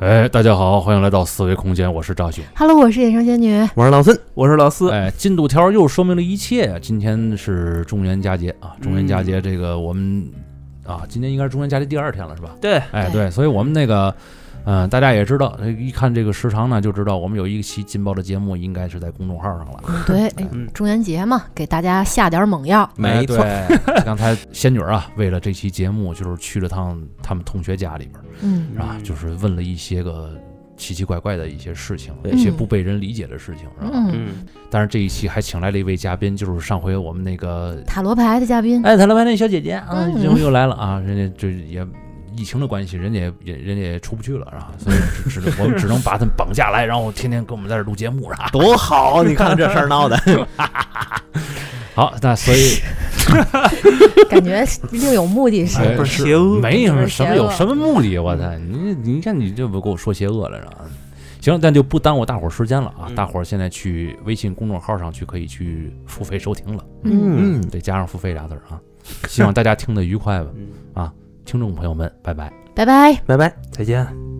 哎，大家好，欢迎来到四维空间，我是扎熊。 Hello，我是野生仙女。我是老孙，我是老四，呃哎，进度条又说明了一切。今天是中元佳节啊，嗯中元佳节这个我们、啊，今天应该是中元佳节第二天了，是吧？对，哎，对对，所以我们那个。嗯，大家也知道，一看这个时长呢，就知道我们有一期劲爆的节目，应该是在公众号上了。 对，哎嗯中元节嘛，给大家下点猛药。哎没 错，对刚才仙女儿啊，为了这期节目，就是去了趟他们同学家里边儿嗯，啊，就是问了一些个奇奇怪怪的一些事情，对一些嗯不被人理解的事情，是吧？嗯，嗯，但是这一期还请来了一位嘉宾，就是上回我们那个塔罗牌的嘉宾，哎，塔罗牌那小姐姐啊，嗯节目又来了啊，人家这也疫情的关系，人家也也人家也出不去了啊，所以只只 我们只能把他们绑架来，然后天天跟我们在这儿录节目啊。多好！你看这事儿闹 的，好，那所以感觉 另有目的是。哎不是邪恶没嗯什么什么有邪恶什么目的，我操！你你看你这不给我说邪恶来着啊？行，但就不耽误大伙儿时间了啊！嗯大伙儿现在去微信公众号上去可以去付费收听了，嗯，嗯得加上付费俩字儿啊！希望大家听得愉快吧，嗯，听众朋友们，拜拜。拜拜。拜拜，再见。